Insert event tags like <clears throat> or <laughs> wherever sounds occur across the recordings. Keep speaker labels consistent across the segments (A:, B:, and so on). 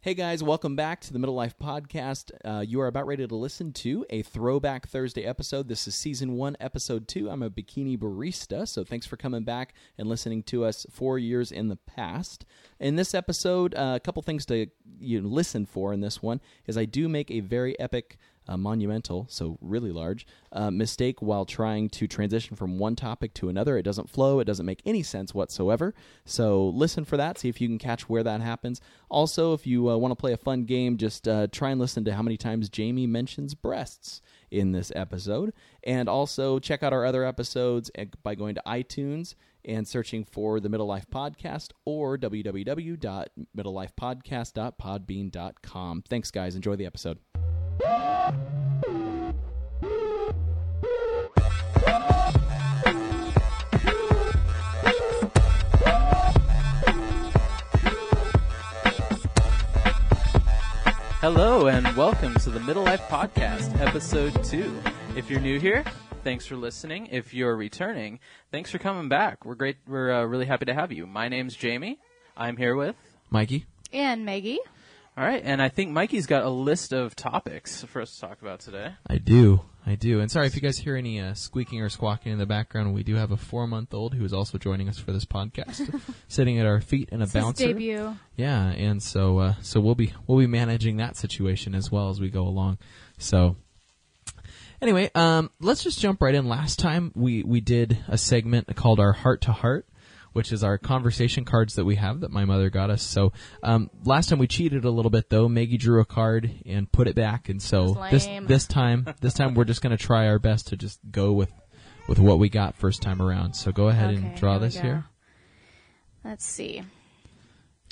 A: Hey guys, welcome back to the Middle Life Podcast. Uh, you are about ready to listen to a Throwback Thursday episode. This is season one, episode two. I'm a bikini barista, so thanks for coming back and listening to us four years in the past. In this episode, uh, a couple things to you know, listen for in this one is I do make a very epic uh, monumental, so really large, uh, mistake while trying to transition from one topic to another. It doesn't flow, it doesn't make any sense whatsoever. So listen for that, see if you can catch where that happens. Also, if you uh, want to play a fun game, just uh, try and listen to how many times Jamie mentions breasts in this episode. And also check out our other episodes at- by going to iTunes and searching for the Middle Life Podcast or www.middlelifepodcast.podbean.com. Thanks, guys. Enjoy the episode.
B: Hello and welcome to the Middle Life Podcast, episode two. If you're new here, thanks for listening. If you're returning, thanks for coming back. We're great. We're uh, really happy to have you. My name's Jamie. I'm here with.
A: Mikey?
C: And Maggie.
B: All right, and I think Mikey's got a list of topics for us to talk about today.
D: I do. I do. And sorry if you guys hear any uh, squeaking or squawking in the background. We do have a four month old who is also joining us for this podcast, sitting at our feet and a
C: This is
D: bouncer.
C: debut.
D: Yeah, and so uh, so we'll be we'll be managing that situation as well as we go along. So anyway, um, let's just jump right in. Last time we we did a segment called our heart to heart, which is our conversation cards that we have that my mother got us. So um, last time we cheated a little bit though. Maggie drew a card and put it back, and so
C: It was
D: this
C: lame.
D: this time this time we're just gonna try our best to just go with with what we got first time around. So go ahead and
C: Okay,
D: draw
C: here we
D: this
C: go.
D: here.
C: Let's see.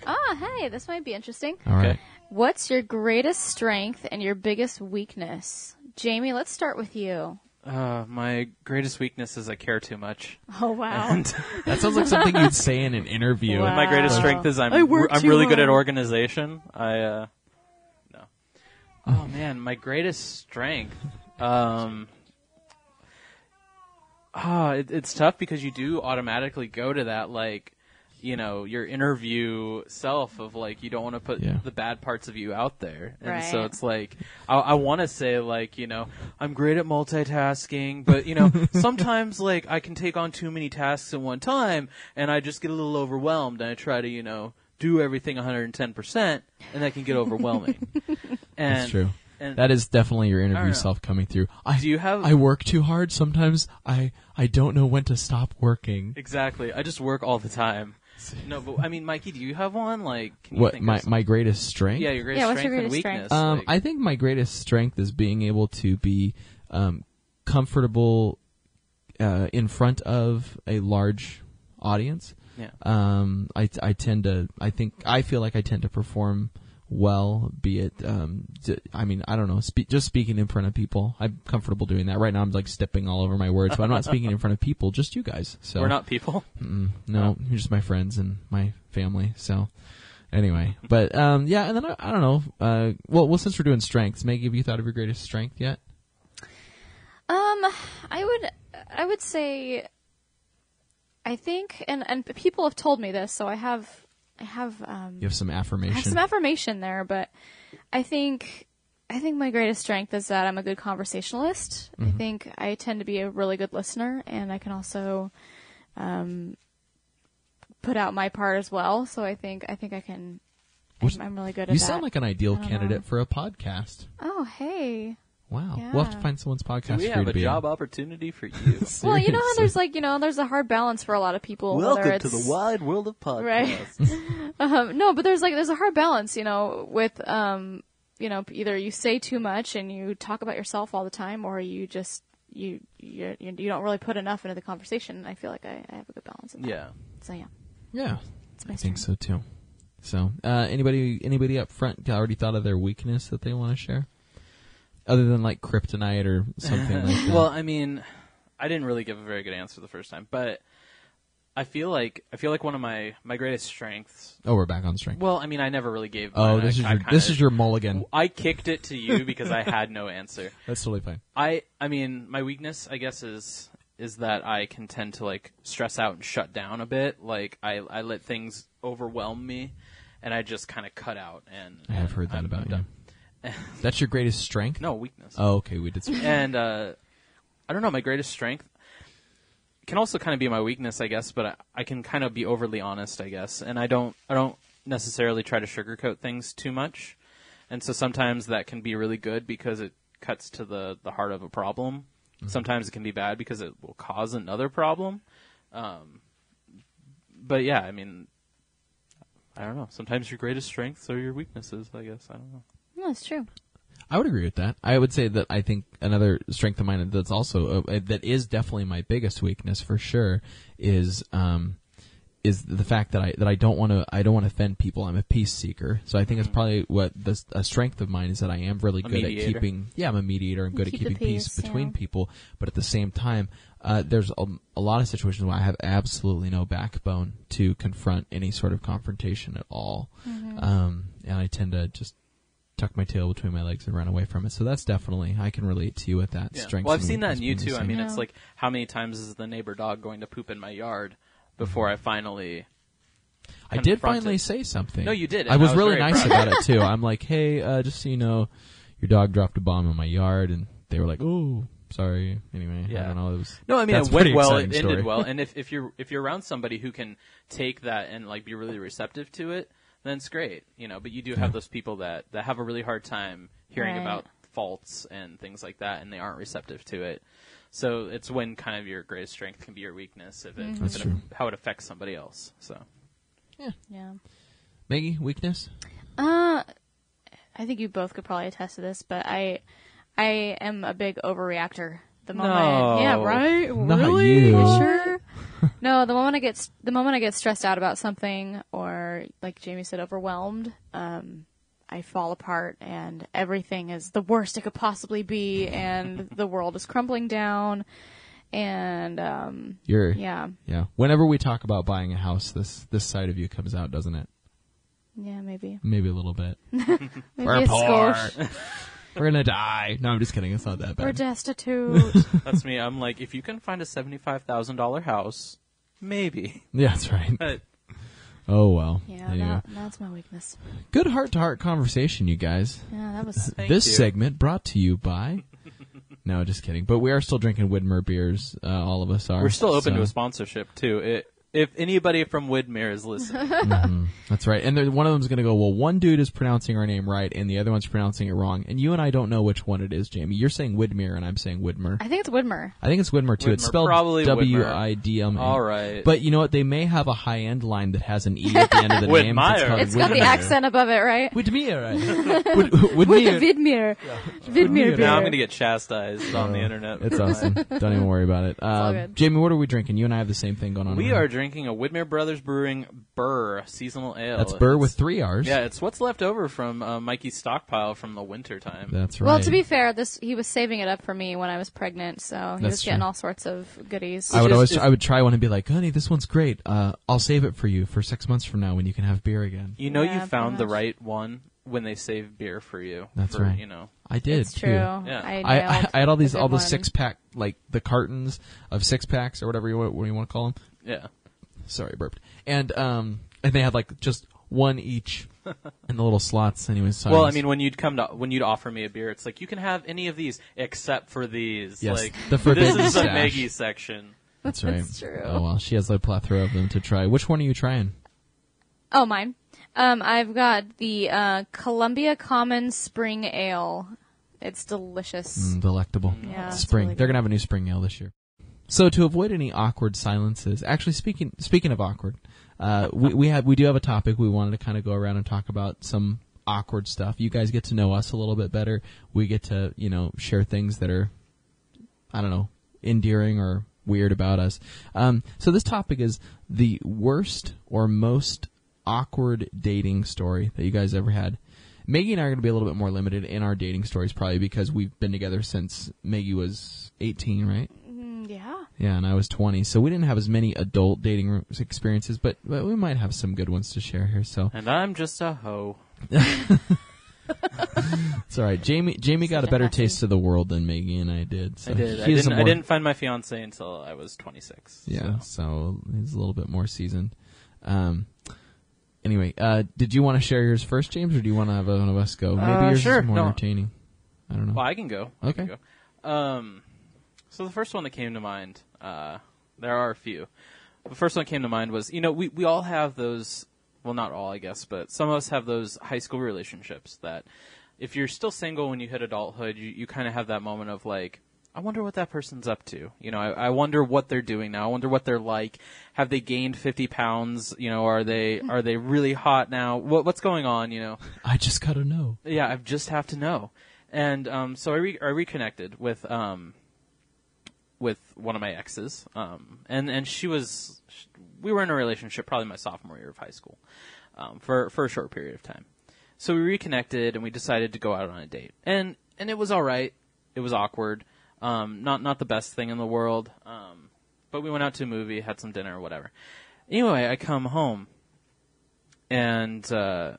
C: Ah, hey, this might be interesting.
D: All right.
B: Okay.
C: What's your greatest strength and your biggest weakness? Jamie, let's start with you.
B: Uh, my greatest weakness is I care too <laughs> much.
C: Oh wow.
B: And
D: That sounds like something you'd say in an interview.
C: Wow.
B: my greatest
C: Wow.
B: strength is I'm
C: I work
B: I'm
C: too
B: really good at
C: hard.
B: organization. I uh, no. Oh man, my greatest strength. Um, ah, it, it's tough because you do automatically go to that like, you know, your interview self of like you don't want to put
D: Yeah.
B: the bad parts of you out there, and so
C: Right.
B: it's like I, I want to say like you know I'm great at multitasking,
D: <laughs>
B: but you know sometimes like I can take on too many tasks at one time, and I just get a little overwhelmed, and I try to you know do everything 110 percent, and that can get overwhelming. and,
D: <laughs> That's true.
B: And
D: That is definitely your
B: I don't know.
D: interview self coming through. I
B: Do you have-
D: I work too hard. Sometimes I I don't know when to stop working.
B: exactly. I just work all the time. No, but I mean, Mikey, do you have one? Like, can you
D: What
B: think of
D: my
B: some-
D: my greatest strength?
B: yeah, your greatest
C: Yeah, what's
B: strength
C: your
B: and
C: greatest
B: weakness.
C: strength?
D: Um,
B: like-
D: I think my greatest strength is being able to be um, comfortable uh, in front of a large audience.
B: yeah.
D: Um, I I tend to I think I feel like I tend to perform well. Be it um, d- I mean I don't know. Spe- just speaking in front of people, I'm comfortable doing that. Right now, I'm like stepping all over my words, but I'm not speaking in front of people. Just you
B: <laughs>
D: guys. So
B: We're not people.
D: no, you're just my friends and my family. So anyway, but um, yeah, and then I, I don't know. Uh, well, well, since we're doing strengths, Maggie, have you thought of your greatest strength yet?
C: Um, I would, I would say, I think, and and people have told me this, so I have, I have, um,
D: You have some
C: I
D: affirmation.
C: have some affirmation there, but I think I think my greatest strength is that I'm a good conversationalist. I
D: Mm-hmm.
C: think I tend to be a really good listener, and I can also um, put out my part as well. So I think I think I can.
D: Which-
C: I'm, I'm really good at
D: you
C: that.
D: sound like an ideal
C: don't
D: candidate
C: know.
D: for a podcast.
C: oh hey.
D: Wow, we'll have to
C: Yeah.
D: find someone's podcast.
B: Do <laughs>
D: for
B: we
D: you
B: have
D: to
B: a
D: be on.
B: job opportunity for you?
D: <laughs>
C: Well, you know
D: Seriously.
C: how there's like you know there's a hard balance for a lot of people. whether
B: Welcome
C: it's,
B: to the wide world of podcasts.
C: Right. <laughs>
D: <laughs>
C: Um, no, but there's like there's a hard balance, you know, with um, you know, either you say too much and you talk about yourself all the time, or you just you you you you don't really put enough into the conversation. And I feel like I, I have a good balance. Of that.
B: Yeah.
C: So yeah,
D: Yeah,
C: it's
D: I
C: my
D: think
C: strength.
D: so too. So, uh, anybody anybody up front already thought of their weakness that they want to share, other than like kryptonite or
B: <laughs>
D: something like that?
B: Well, I mean, I didn't really give a very good answer the first time, but I feel like I feel like one of my my greatest strengths.
D: oh, we're back on strength.
B: Well, I mean, I never really gave.
D: oh, this
B: mine. I-
D: is
B: I
D: your
B: kinda-
D: this is your mulligan.
B: I kicked it to you because I had
D: <laughs>
B: no answer.
D: That's totally fine.
B: I I mean, my weakness, I guess, is is that I can tend to like stress out and shut down a bit. Like I I let things overwhelm me, and I just kind of cut out. And
D: I have heard that
B: I'm
D: about you.
B: done.
D: That's your greatest strength.
B: No weakness.
D: Oh, okay. We
B: <laughs>
D: did. <laughs> Some-
B: and uh, I don't know. My greatest strength can also kind of be my weakness, I guess. But I, I can kind of be overly honest, I guess. And I don't, I don't necessarily try to sugarcoat things too much. And so sometimes that can be really good because it cuts to the the heart of a problem. Sometimes it can be bad because it will cause another problem. Um, but yeah, I mean. I don't know. Sometimes your greatest strengths are your weaknesses, I guess. I don't know.
C: No, that's true.
D: I would agree with that. I would say that I think another strength of mine that's also uh, that is definitely my biggest weakness for sure is um, is the fact that I that I don't want to I don't want to offend people. I'm a peace seeker, so I think it's probably what the, a strength of mine is that I am really
B: Mm-hmm. A
D: good at
B: mediator.
D: keeping. Yeah, I'm a mediator. I'm good
C: Keep
D: at
C: the
D: keeping peace,
C: peace,
D: between
C: yeah.
D: people, but at the same time, uh, there's a, a lot of situations where I have absolutely no backbone to confront any sort of confrontation at all,
C: Mm-hmm.
D: um, and I tend to just tuck my tail between my legs and run away from it. So that's definitely I can relate to you with that
B: Yeah.
D: strength.
B: Well, I've seen that in you too. I mean,
C: Yeah.
B: it's like how many times is the neighbor dog going to poop in my yard before I finally?
D: I did
B: confront
D: finally
B: it.
D: say something.
B: No, you did,
D: I
B: and
D: was,
B: I was
D: really
B: very
D: nice
B: proud.
D: about
B: <laughs>
D: it too. I'm like, hey, uh, just so you know, your dog dropped a bomb in my yard, and they were like, oh, sorry. Anyway, I
B: Yeah.
D: don't know. It was
B: No, I mean
D: that's
B: it
D: a
B: went
D: pretty
B: well. It
D: exciting story.
B: ended well, <laughs> and if, if you're if you're around somebody who can take that and like be really receptive to it, then it's great, you know. But you do have those people that that have a really hard time hearing
C: Right.
B: about faults and things like that, and they aren't receptive to it. So it's when kind of your greatest strength can be your weakness, if it, if
D: That's
B: it-
D: true.
B: how it affects somebody else. So
C: Yeah.
D: Maggie, weakness.
C: Uh, I think you both could probably attest to this, but I, I am a big overreactor. The moment,
B: No.
C: yeah, right,
D: Not
C: really,
D: you.
C: sure.
D: <laughs>
C: no, the moment I get st- the moment I get stressed out about something, or like Jamie said, overwhelmed, um, I fall apart, and everything is the worst it could possibly be, and the world is crumbling down, and um,
D: You're
C: yeah,
D: yeah. Whenever we talk about buying a house, this this side of you comes out, doesn't it?
C: yeah, maybe,
D: Maybe a little
C: <laughs>
D: bit.
C: maybe
D: We're
C: a
D: poor.
C: skosh.
D: We're gonna die. No, I'm just kidding. It's not that <laughs>
C: We're
D: bad. <laughs>
C: destitute.
B: that's me. I'm like, if you can find a seventy five thousand dollar house,
C: <laughs>
B: maybe.
D: yeah, that's right.
B: But
D: Oh well.
C: yeah,
D: Anyway.
C: that, that's my weakness.
D: Good heart to heart conversation, you guys.
C: Yeah, that
B: <laughs>
C: was
B: Thank
D: this
B: you.
D: segment brought to you
B: <laughs>
D: by. no, just kidding. But we are still drinking Widmer beers. Uh, all of us are.
B: We're still open
D: so-
B: to a sponsorship too. It, if anybody from Widmere
C: <laughs>
B: is listening,
D: That's right. And there- one of them's going to go. Well, one dude is pronouncing our name right, and the other one's pronouncing it wrong. And you and I don't know which one it is, Jamie. You're saying Widmer, and I'm saying Widmer.
C: I think it's Widmer.
D: I think it's Widmer too. it's
B: Widmer,
D: spelled
B: probably Widmer.
D: W I D M. A.
B: All right.
D: But you know what? They may have a high end line that has an E at the
B: <laughs>
D: end of the name.
B: Widmeyer.
D: called
C: It's got the
D: Widmer.
C: accent above it, right?
D: Widmer.
C: <laughs> With
D: Widmer.
C: the Vidmir.
D: Widmer.
C: Vidmir beer.
B: now I'm going to get chastised on the internet. <laughs>
D: It's awesome. Don't even worry about it.
C: all
D: Uh,
C: good.
D: Jamie, what are we drinking? You and I have the same thing going on.
B: we
D: right
B: are drinking a Widmere Brothers Brewing Burr seasonal ale.
D: That's Burr with
B: It's-
D: three R's.
B: Yeah, it's what's left over from uh, Mikey's stockpile from the winter time.
D: That's right.
C: Well, to be fair, this he was saving it up for me when I was pregnant, so he
D: That's
C: was getting
D: true.
C: all sorts of goodies.
D: I would
B: is-
D: always,
B: is-
D: I would try one and be like, "Honey, this one's great. Uh, I'll save it for you for six months from now when you can have beer again."
B: you know,
C: Yeah,
B: you
C: pretty
B: found the
C: much.
B: right one when they save beer for you.
D: That's
B: for,
D: right.
B: You know,
D: I did.
C: it's
D: too.
C: true.
B: Yeah.
D: I,
C: I,
D: I,
C: nailed
D: I had all
C: the
D: these, all
C: good
D: the
C: one.
D: six
C: <laughs>
D: pack, like the cartons of six packs or whatever you what you want to call them.
B: yeah.
D: Sorry, burped. And um, and they had like just one
B: <laughs>
D: each in the little slots. Anyways, so
B: Well, I
D: was-
B: mean, when you'd come to when you'd offer me a beer, it's like you can have any of these except for these.
D: Yes,
B: like
D: the forbidden
B: this is the
D: stash.
B: Maggie section.
D: that's right.
C: That's true.
D: Oh well, she has a plethora of them to try. Which one are you trying?
C: Oh, mine. Um, I've got the uh, Columbia Common Spring Ale. It's delicious.
D: Mm, delectable.
C: Yeah, it's
D: spring.
C: really
D: They're
C: good.
D: gonna have a new spring ale this year. So to avoid any awkward silences, actually speaking speaking of awkward, uh, we we have we do have a topic we wanted to kind of go around and talk about some awkward stuff. You guys get to know us a little bit better. We get to you know share things that are, I don't know, endearing or weird about us. Um, so this topic is the worst or most awkward dating story that you guys ever had. Maggie and I are going to be a little bit more limited in our dating stories, probably because we've been together since Maggie was 18, right?
C: Mm, yeah.
D: Yeah, and I was 20, so we didn't have as many adult dating r- experiences, but, but we might have some good ones to share here. So
B: And I'm just a hoe.
D: it's all right. Jamie Jamie got a
C: Such a
D: better
C: hussy.
D: taste of the world than Maggie and I did. So
B: I did. I
D: he is a
B: didn't, I
D: more-
B: didn't find my fiance until I was 26.
D: Yeah, so
B: so.
D: he's a little bit more seasoned. Um, Anyway, uh, did you want to share yours first, James, or do you want to have one of us go? Maybe
B: Uh,
D: yours
B: sure.
D: is more
B: No.
D: entertaining. I don't know.
B: Well, I can go. I can
D: Okay.
B: go. Um, so the first one that came to mind, uh, there are a few. The first one that came to mind was, you know, we, we all have those, well, not all, I guess, but some of us have those high school relationships that if you're still single when you hit adulthood, you, you kind of have that moment of like, I wonder what that person's up to. You know, I, I wonder what they're doing now. I wonder what they're like. Have they gained 50 pounds? You know, are they, are they really hot now? What, what's going on? You know,
D: I just gotta
B: <laughs>
D: know.
B: yeah, I just have to know. And um, so I, re- I reconnected with um, with one of my exes, um, and and she was sh we were in a relationship probably my sophomore year of high school um, for for a short period of time. So we reconnected and we decided to go out on a date, and and it was all right. It was awkward, um, not not the best thing in the world, um, but we went out to a movie, had some dinner, whatever. Anyway, I come home, and uh,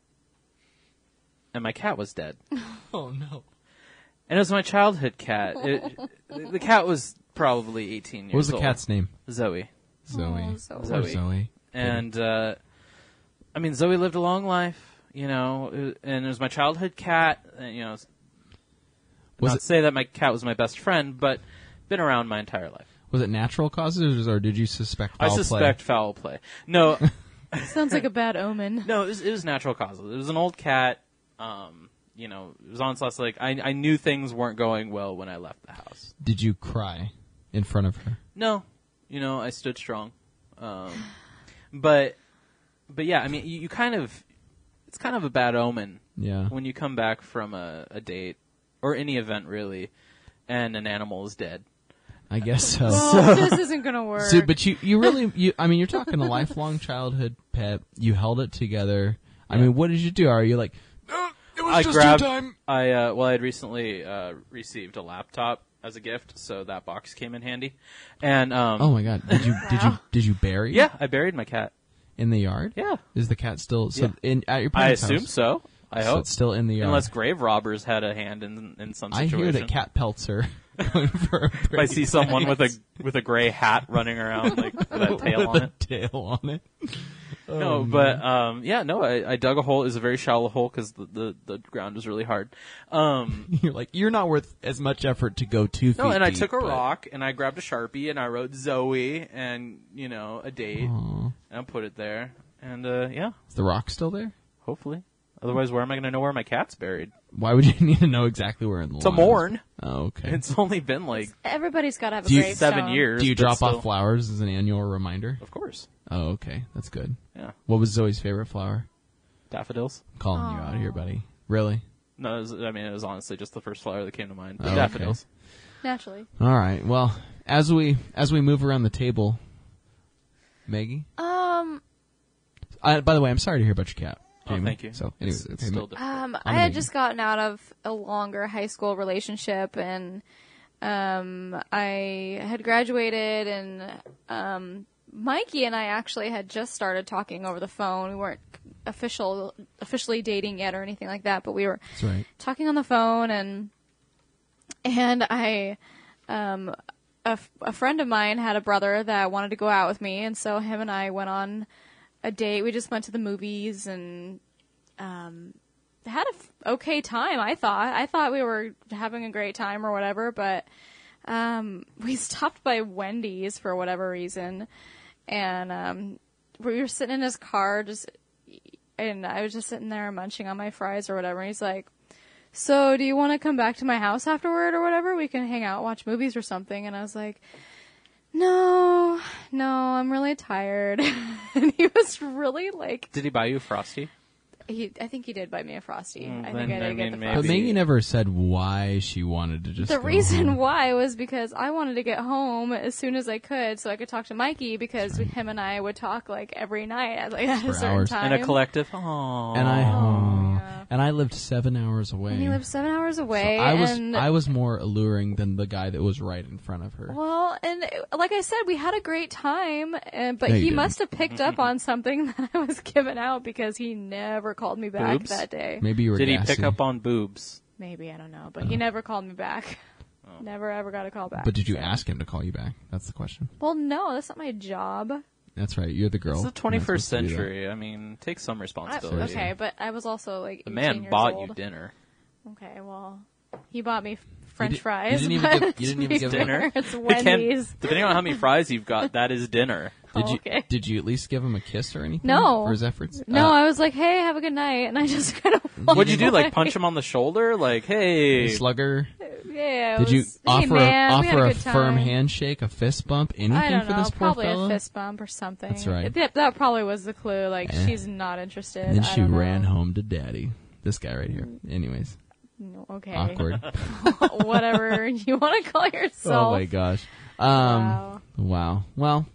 B: and my cat was dead.
D: Oh no!
B: And it was my childhood cat. It, the the cat was probably 18 years old.
D: What was the cat's name?
B: Zoe.
D: Zoe.
B: <laughs>
C: Zoe.
D: Poor Zoe.
B: And, uh, I mean, Zoe lived a long life, you know, it- and it was my childhood cat, and, you know,
D: Was
B: not
D: it-
B: to say that my cat was my best friend, but been around my entire life.
D: Was it natural causes, or did you suspect?
B: I
D: foul play?
B: suspect foul play.
D: <laughs>
B: No,
C: Sounds like a bad
B: <laughs>
C: omen.
B: No, it was, it was natural causes. It was an old cat. Um, you know, it was on Slots Lake. I, I knew things weren't going well when I left the house.
D: Did you cry in front of her?
B: No, you know, I stood strong. Um, but, but yeah, I mean, you, you kind of, it's kind of a bad omen
D: Yeah.
B: when you come back from a, a date or any event really, and an animal is dead.
D: I guess so.
C: Well, Oh, this isn't gonna work.
D: So, but you,
B: <laughs>
D: you really, you, I mean, you're talking a lifelong childhood pet. You held it together. I mean, what did you do? Are you like, "No, it was
B: I
D: just
B: grabbed.
D: your time?
B: I uh, well, I had recently uh, received a laptop as a gift, so that box came in handy. And um,
D: Oh my god! Did you, did you, did you bury?
B: yeah,
D: it
B: I buried my cat.
D: In the yard?
B: Yeah.
D: Is the cat still? So
B: Yeah.
D: in at your
B: I
D: parents'
B: assume
D: house?
B: so. I
D: So
B: hope.
D: it's still in the yard.
B: Unless grave robbers had a hand in in some
D: I
B: situation.
D: hear that cat pelts
B: <laughs>
D: are <laughs> going for. A
B: If I see someone with a with a gray hat running around like with a tail on
D: <laughs> with Oh,
B: it.
D: a tail on it.
B: No, but um, yeah, no. I, I dug a hole. It was a very shallow hole because the, the the ground was really hard. Um,
D: You're like, you're not worth as much effort to go two feet.
B: <laughs> no, and I
D: deep,
B: took a
D: but-
B: rock and I grabbed a sharpie and I wrote Zoe and you know a date
D: Aw.
B: and I put it there and uh, yeah,
D: Is the rock still there?
B: hopefully. Otherwise, where am I going to know where my cat's buried?
D: Why would you <laughs> need to know exactly where in the
B: To
D: lawn?
B: mourn.
D: Oh, okay.
B: It's only been like
C: Everybody's gotta have a
D: Do you-
C: gravestone.
B: seven years.
D: Do you
B: but
D: drop
B: still-
D: off flowers as an annual reminder?
B: Of course.
D: Oh, okay. That's good.
B: Yeah.
D: What was Zoe's favorite flower?
B: Daffodils.
D: I'm calling you out here, buddy. Really?
B: No, it was, I mean it was honestly just the first flower that came to mind. The
D: Oh, okay.
B: daffodils.
C: Naturally.
D: All right. Well, as we as we move around the table, Maggie.
C: Um,
D: I, by the way, I'm sorry to hear about your cat.
B: Oh,
D: Jamie.
B: thank you.
D: So,
B: It's-
D: anyways,
B: it's,
D: okay,
B: still
D: Ma-
B: difficult.
C: um, I
D: I'm
C: had
D: an
C: just gotten out of a longer high school relationship, and um, I had graduated, and um, Mikey and I actually had just started talking over the phone. We weren't official officially dating yet or anything like that, but we were
D: that's right.
C: talking on the phone and and I um a, f- a friend of mine had a brother that wanted to go out with me and so him and I went on a date. We just went to the movies and um had a f- okay time, I thought. I thought we were having a great time or whatever, but um <laughs> we stopped by Wendy's for whatever reason and um we were sitting in his car just and I was just sitting there munching on my fries or whatever and he's like so do you want to come back to my house afterward or whatever? We can hang out, watch movies or something. And I was like, no, no, I'm really tired. <laughs> and he was really like,
B: Did he buy you a frosty?
C: he, I think he did buy me a frosty. I
B: then-
C: think I did
B: I
C: get
B: mean,
C: the
B: maybe-
D: But
C: frosty.
D: Maggie never said why she wanted to just.
C: The
D: go
C: reason
D: home.
C: why was because I wanted to get home as soon as I could so I could talk to Mikey because him and I would talk like every night at like at a
D: For
C: certain
D: hours.
C: time.
B: And a collective. Aww.
D: And I oh, and I lived seven hours away.
C: And he lived seven hours
D: So
C: away.
D: I was
C: and
D: I was more alluring than the guy that was right in front of her.
C: Well, and uh, like I said, we had a great time, and, but
D: No, you
C: he
D: didn't.
C: must have picked up on something <laughs> that I was giving out because he never called me back
B: Boobs?
C: that day.
D: Maybe you were.
B: Did he
D: gassy.
B: pick up on boobs?
C: Maybe I don't know, but
D: Oh.
C: he never called me back.
B: Oh.
C: Never ever got a call back.
D: But did you ask him to call you back? That's the question.
C: Well, no, that's not my job.
D: That's right. You're the girl.
B: It's the
D: You're not
B: 21st
D: supposed to do that.
B: century. I mean, take some
C: I,
B: responsibility.
C: okay, but I was also like
B: The
C: 18
B: man
C: years
B: bought
C: old.
B: you dinner.
C: Okay, well, he bought me
D: You
C: French
D: di-
C: fries.
D: you didn't even
C: but
D: give- you didn't
C: to
D: even
C: be
D: give him
C: fair,
B: Dinner. <laughs>
C: It's
B: It can't-
C: Wendy's.
B: depending on how many fries you've got, that is dinner.
C: <laughs>
D: Did you Uh.
C: okay.
D: did you at least give him a kiss or anything?
C: No.
D: For his efforts?
C: No,
D: Uh,
C: I was like, "Hey, have a good night," and I just <laughs> kind of.
B: What'd you do? Like punch him on the shoulder? Like, hey,
D: slugger.
C: Yeah. I
D: Did you
C: was, hey,
D: offer
C: man,
D: a,
C: we had
D: offer
C: a,
D: a,
C: good
D: firm
C: time."
D: handshake, a fist bump, anything
C: I don't
D: for
C: know,
D: this poor
C: probably
D: fella?
C: a fist bump or something.
D: That's right.
C: That, that probably was the clue. Like
D: Yeah.
C: she's not interested.
D: And then
C: I
D: she
C: don't know.
D: ran home to daddy. This guy right here. Anyways,
C: No, Okay.
D: awkward.
C: <laughs> Whatever you want to call
D: <laughs>
C: yourself.
D: oh my gosh. Um,
C: Wow.
D: wow. Well,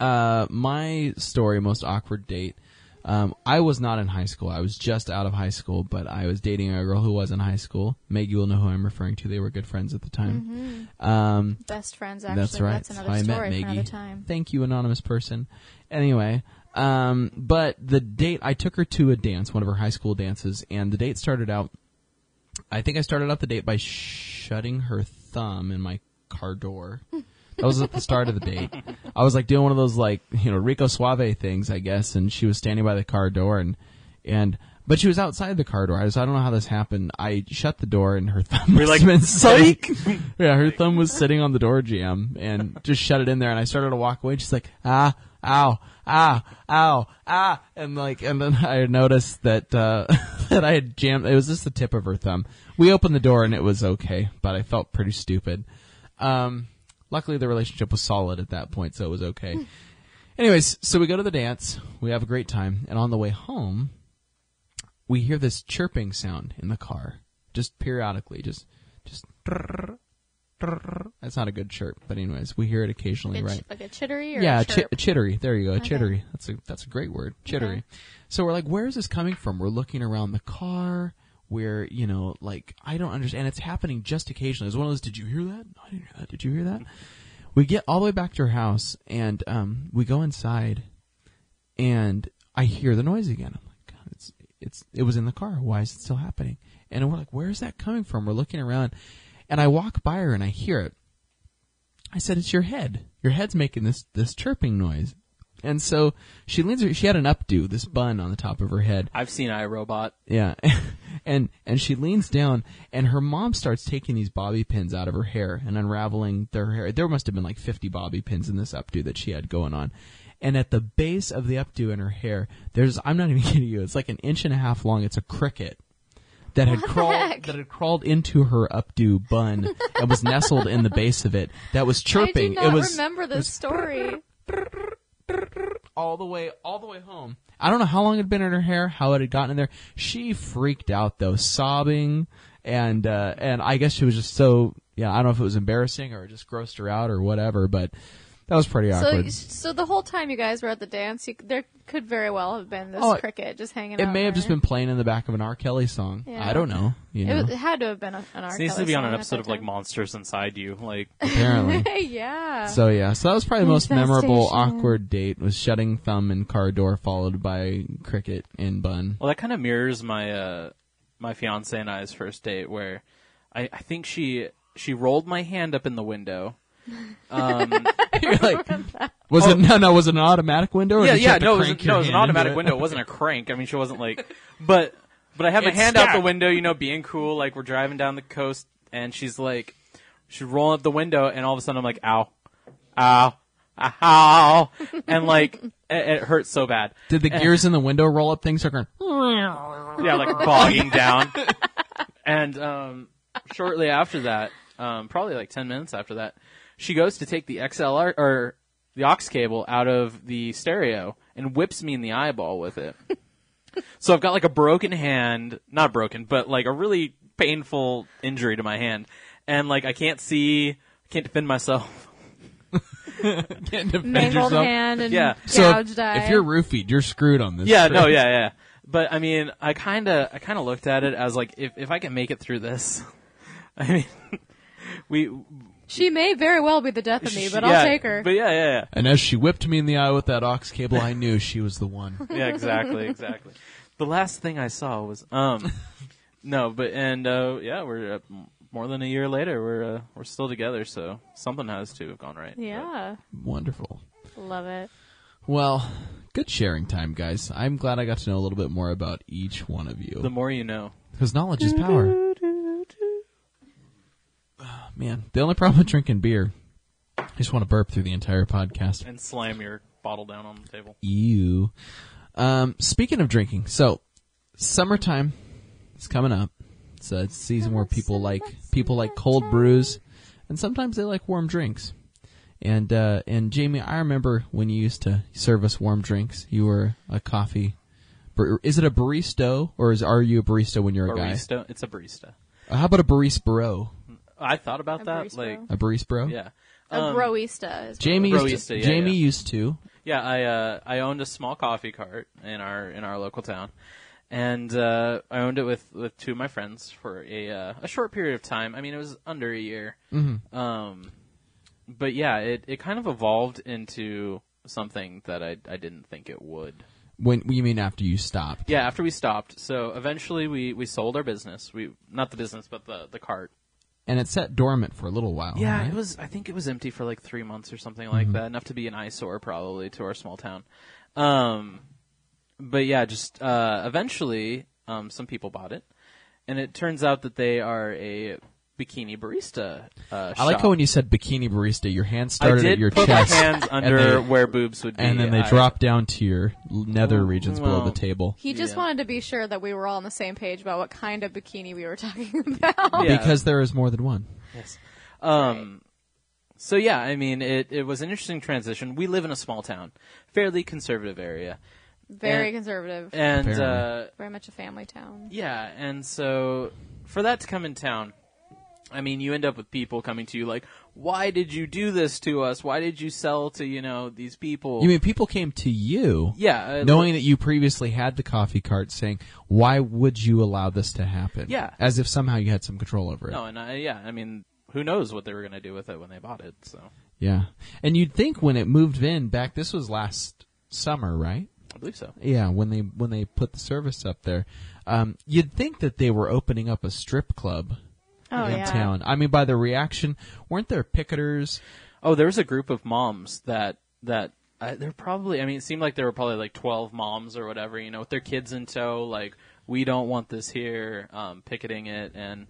D: uh, my story, most awkward date. Um, I was not in high school. I was just out of high school, but I was dating a girl who was in high school. Meg, you will know who I'm referring to. They were good friends at the time. Um,
C: Best friends. Mm-hmm. Actually,
D: that's right.
C: That's another
D: how I
C: story
D: met Maggie.
C: for another time.
D: Thank you, anonymous person. Anyway, um, but the date I took her to a dance, one of her high school dances, and the date started out. I think I started out the date by shutting her thumb in my car
C: <laughs>
D: door. That was at the start of the date. I was like doing one of those like you know Rico Suave things, I guess, and she was standing by the car door and and. But she was outside the car door. I was, I don't know how this happened. I shut the door and her <laughs> thumb
B: We're
D: must
B: like,
D: have been sitting-
B: "Psych!" <laughs>
D: yeah, her thumb was sitting on the door jam and just shut it in there. And I started to walk away. And she's like, ah, ow, ah, ow, ah, and like, and then I noticed that uh, <laughs> that I had jammed. It was just the tip of her thumb. We opened the door and it was okay, but I felt pretty stupid. Um, luckily, the relationship was solid at that point, so it was okay. Anyways, so we go to the dance. We have a great time, and on the way home, we hear this chirping sound in the car, just periodically, just just. That's not a good chirp, but anyways, we hear it occasionally,
C: Like a,
D: right?
C: ch- like a chittery or
D: yeah,
C: a
D: chi-
C: chirp?
D: chittery. There you go, chittery. That's a that's a great word, chittery. So we're like, where is this coming from? We're looking around the car. We're you know like I don't understand. It's happening just occasionally. It's one of those. Did you hear that? I didn't hear that. Did you hear that? We get all the way back to her house and um, we go inside, and I hear the noise again. I'm like, God, it's it's it was in the car. Why is it still happening? And we're like, where is that coming from? We're looking around, and I walk by her and I hear it. I said, "It's your head. Your head's making this this chirping noise." And so she leans her. She had an updo, this bun on the top of her head.
B: I've seen iRobot.
D: Yeah, <laughs> and and she leans down, and her mom starts taking these bobby pins out of her hair and unraveling their hair. There must have been like fifty bobby pins in this updo that she had going on. And at the base of the updo in her hair, there's I'm not even <laughs> kidding you. It's like an inch and a half long. It's a cricket that had crawled
C: heck?
D: that had crawled into her updo bun and was nestled in the base of it. That was chirping.
C: I do not
D: it was
C: remember this story.
D: all the way all the way home. I don't know how long it had been in her hair, how it had gotten in there. She freaked out though, sobbing, and uh, and I guess she was just so yeah. I don't know if it was embarrassing or it just grossed her out or whatever, but that was pretty
C: So,
D: awkward.
C: so the whole time you guys were at the dance, you, there could very well have been this
D: Oh, it-
C: cricket just hanging.
D: it
C: out
D: may have
C: there.
D: just been playing in the back of an R. Kelly song.
C: Yeah.
D: I don't know. You
C: It,
D: know,
C: was, it had to have been a, an R.
B: It needs to
C: Kelly
B: be on
C: song at
B: an episode
C: that
B: of like
C: time.
B: Monsters Inside You. Like,
D: apparently.
C: Hey,
E: <laughs>
C: <laughs> yeah.
D: So yeah, so that was probably the most memorable
C: Infestation.
D: awkward date was shutting thumb in car door followed by cricket in
C: <laughs>
D: bun.
B: well, that kind of mirrors my uh, my fiance and I's first date, where I, I think she she rolled my hand up in the window. Um,
D: You're like, was it no no was it an automatic window? Or
B: yeah,
D: did you
B: yeah,
D: have to
B: no, it was,
D: crank
B: no,
D: your
B: it was an
D: hand into
B: automatic
D: it?
B: window. It wasn't a crank. I mean, she wasn't like, but but I had my
D: It's
B: hand out the
D: stacked.
B: window, you know, being cool. Like we're driving down the coast, and she's like, she's rolling up the window, and all of a sudden I'm like, ow, ow, ow, and like <laughs> it, it hurts so bad.
D: Did
C: <laughs>
D: the gears in the window roll up? Things are <laughs> going.
B: yeah, like bogging down. And um, shortly after that, um, probably like ten minutes after that, she goes to take the XLR or the aux cable out of the stereo and whips me in the eyeball with it. so I've got like a broken hand, not broken, but like a really painful injury to my hand, and like I can't see, I can't defend myself.
D: Can't defend
C: mangled
D: yourself.
C: hand and
B: Yeah.
D: So
C: gouged eye.
D: if you're roofied, you're screwed on this. <laughs>
B: Yeah,
D: trip.
B: no, yeah, yeah. But I mean, I kind of, I kind of looked at it as like, if if I can make it through this, <laughs> I mean, <laughs> we
C: she may very well be the death of me,
B: Sh-
C: but
B: yeah,
C: I'll take her.
B: But yeah, yeah,
C: <laughs>
D: And as she whipped me in the eye with that ox cable, I knew she was the
C: <laughs>
D: one.
B: yeah, yeah. Exactly, exactly. The last thing I saw was um, <laughs> no, but and uh, yeah, we're uh, m- more than a year later. We're uh, we're still together, so something has to have gone right.
C: yeah,
D: Wonderful.
C: love it.
D: Well, good sharing time, guys. I'm glad I got to know a little bit more about each one of you.
B: The more you know.
D: Because knowledge is power. <sighs> Ah, man, the only problem with drinking beer, I just want to burp through the entire podcast.
B: And slam your bottle down on the table.
D: Ew. Um, speaking of drinking, so summertime is coming up. It's a season where people like people like cold brews, and sometimes they like warm drinks. And uh, and Jamie, I remember when you used to serve us warm drinks. You were a coffee. bar- Is it a barista or is are you a barista when you're a
B: Barista. It's a barista.
D: guy? How about a barista bro?
B: I thought about
C: A
B: that.
C: barista.
B: Like,
D: A barista bro?
B: yeah.
C: A
B: Um,
C: broista. Is
D: Jamie used to,
B: Broista, yeah,
D: Jamie
B: yeah.
D: used to.
B: Yeah, I uh, I owned a small coffee cart in our in our local town, and uh, I owned it with, with two of my friends for a uh, a short period of time. I mean, it was under a year. Um, but yeah, it, it kind of evolved into something that I I didn't think it would.
D: When you mean after you stopped?
B: Yeah, after we stopped, so eventually we, we sold our business. We not the business, but the the cart.
D: And it sat dormant for a little while.
B: Yeah,
D: right?
B: it was. I think it was empty for like three months or something like
D: Mm-hmm.
B: that. Enough to be an eyesore probably to our small town. Um, but yeah, just uh, eventually, um, some people bought it, and it turns out that they are a bikini barista. Uh,
D: I like how when you said bikini barista, your hand started
B: I did
D: at your
B: put
D: chest,
B: my hands under
D: they-
B: where boobs would be,
D: and then they
B: I-
D: dropped down to your nether regions below
B: well.
D: the table.
E: He just
B: Yeah.
E: wanted to be sure that we were all on the same page about what kind of bikini we were <laughs> talking about.
B: Yeah.
D: Because there is more than one.
B: Um, so yeah, I mean, it it was an interesting transition. We live in a small town, fairly conservative area,
E: Very
B: And-
E: conservative.
B: and.
D: Apparently.
B: Uh,
E: Very much a family town.
B: Yeah, and so for that to come in town, I mean, you end up with people coming to you like, "Why did you do this to us? Why did you sell to you know these people?"
D: You mean people came to you,
B: yeah, uh,
D: knowing that you previously had the coffee cart, saying, "Why would you allow this to happen?"
B: Yeah.
D: as if somehow you had some control over it.
B: no, and I, yeah, I mean, who knows what they were gonna do with it when they bought it? So
D: Yeah, and you'd think when it moved in back, this was last summer, right?
B: I believe so.
D: Yeah, when they when they put the service up there, um, you'd think that they were opening up a strip club
C: Oh,
D: in
C: yeah.
D: town. I mean, by the reaction, weren't there picketers?
B: Oh, there was a group of moms that that uh, they're probably. I mean, it seemed like there were probably like twelve moms or whatever. You know, with their kids in tow, like we don't want this here, um, picketing it, and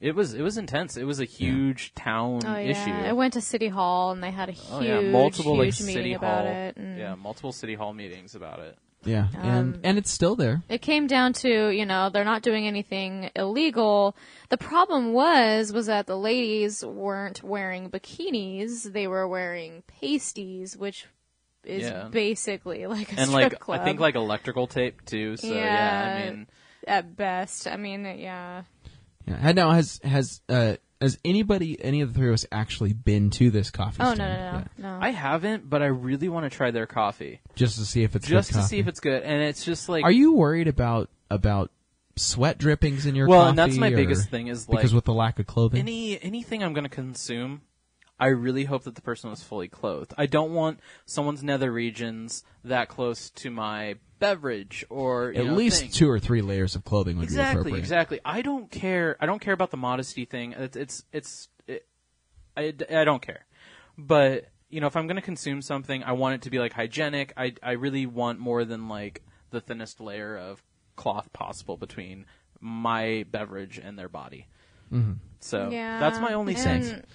B: it was it was intense. It was a huge town
E: Oh, yeah.
B: issue.
E: I went to City Hall and they had a huge,
B: Oh, yeah, multiple like
E: huge meeting
B: city
E: about
B: hall.
E: it. And
B: Yeah, multiple city hall meetings
E: <laughs>
B: about it.
D: Yeah, and and it's still there.
E: It came down to, you know, they're not doing anything illegal. The problem was, was that the ladies weren't wearing bikinis. They were wearing pasties, which is
B: Yeah.
E: basically like a
B: And
E: strip
B: like
E: club.
B: I think like electrical tape too. So yeah, I
E: Yeah.
B: mean
E: at best. I mean, yeah.
D: Yeah. And Now has has uh, has anybody any of the three of us actually been to this coffee?
E: Oh no,
D: stand?
E: no, no,
D: Yeah.
E: no.
B: I haven't, but I really want to try their coffee
D: Just to see if it's
B: just
D: good
B: to
D: coffee.
B: see if it's good. And it's just like
D: Are you worried about about sweat drippings in your
B: Well,
D: coffee?
B: and that's my
D: or-
B: biggest thing is,
D: because
B: like,
D: with the lack of clothing.
B: any anything I'm going to consume. I really hope that the person was fully clothed. I don't want someone's nether regions that close to my beverage or you
D: at
B: know,
D: least
B: thing.
D: two or three layers of clothing would be
B: exactly
D: appropriate.
B: exactly i don't care i don't care about the modesty thing it's it's, it's it, I, I don't care but you know if i'm going to consume something i want it to be like hygienic i i really want more than like the thinnest layer of cloth possible between my beverage and their body
D: Mm-hmm.
B: so
E: Yeah.
B: that's my only
E: And-
B: sense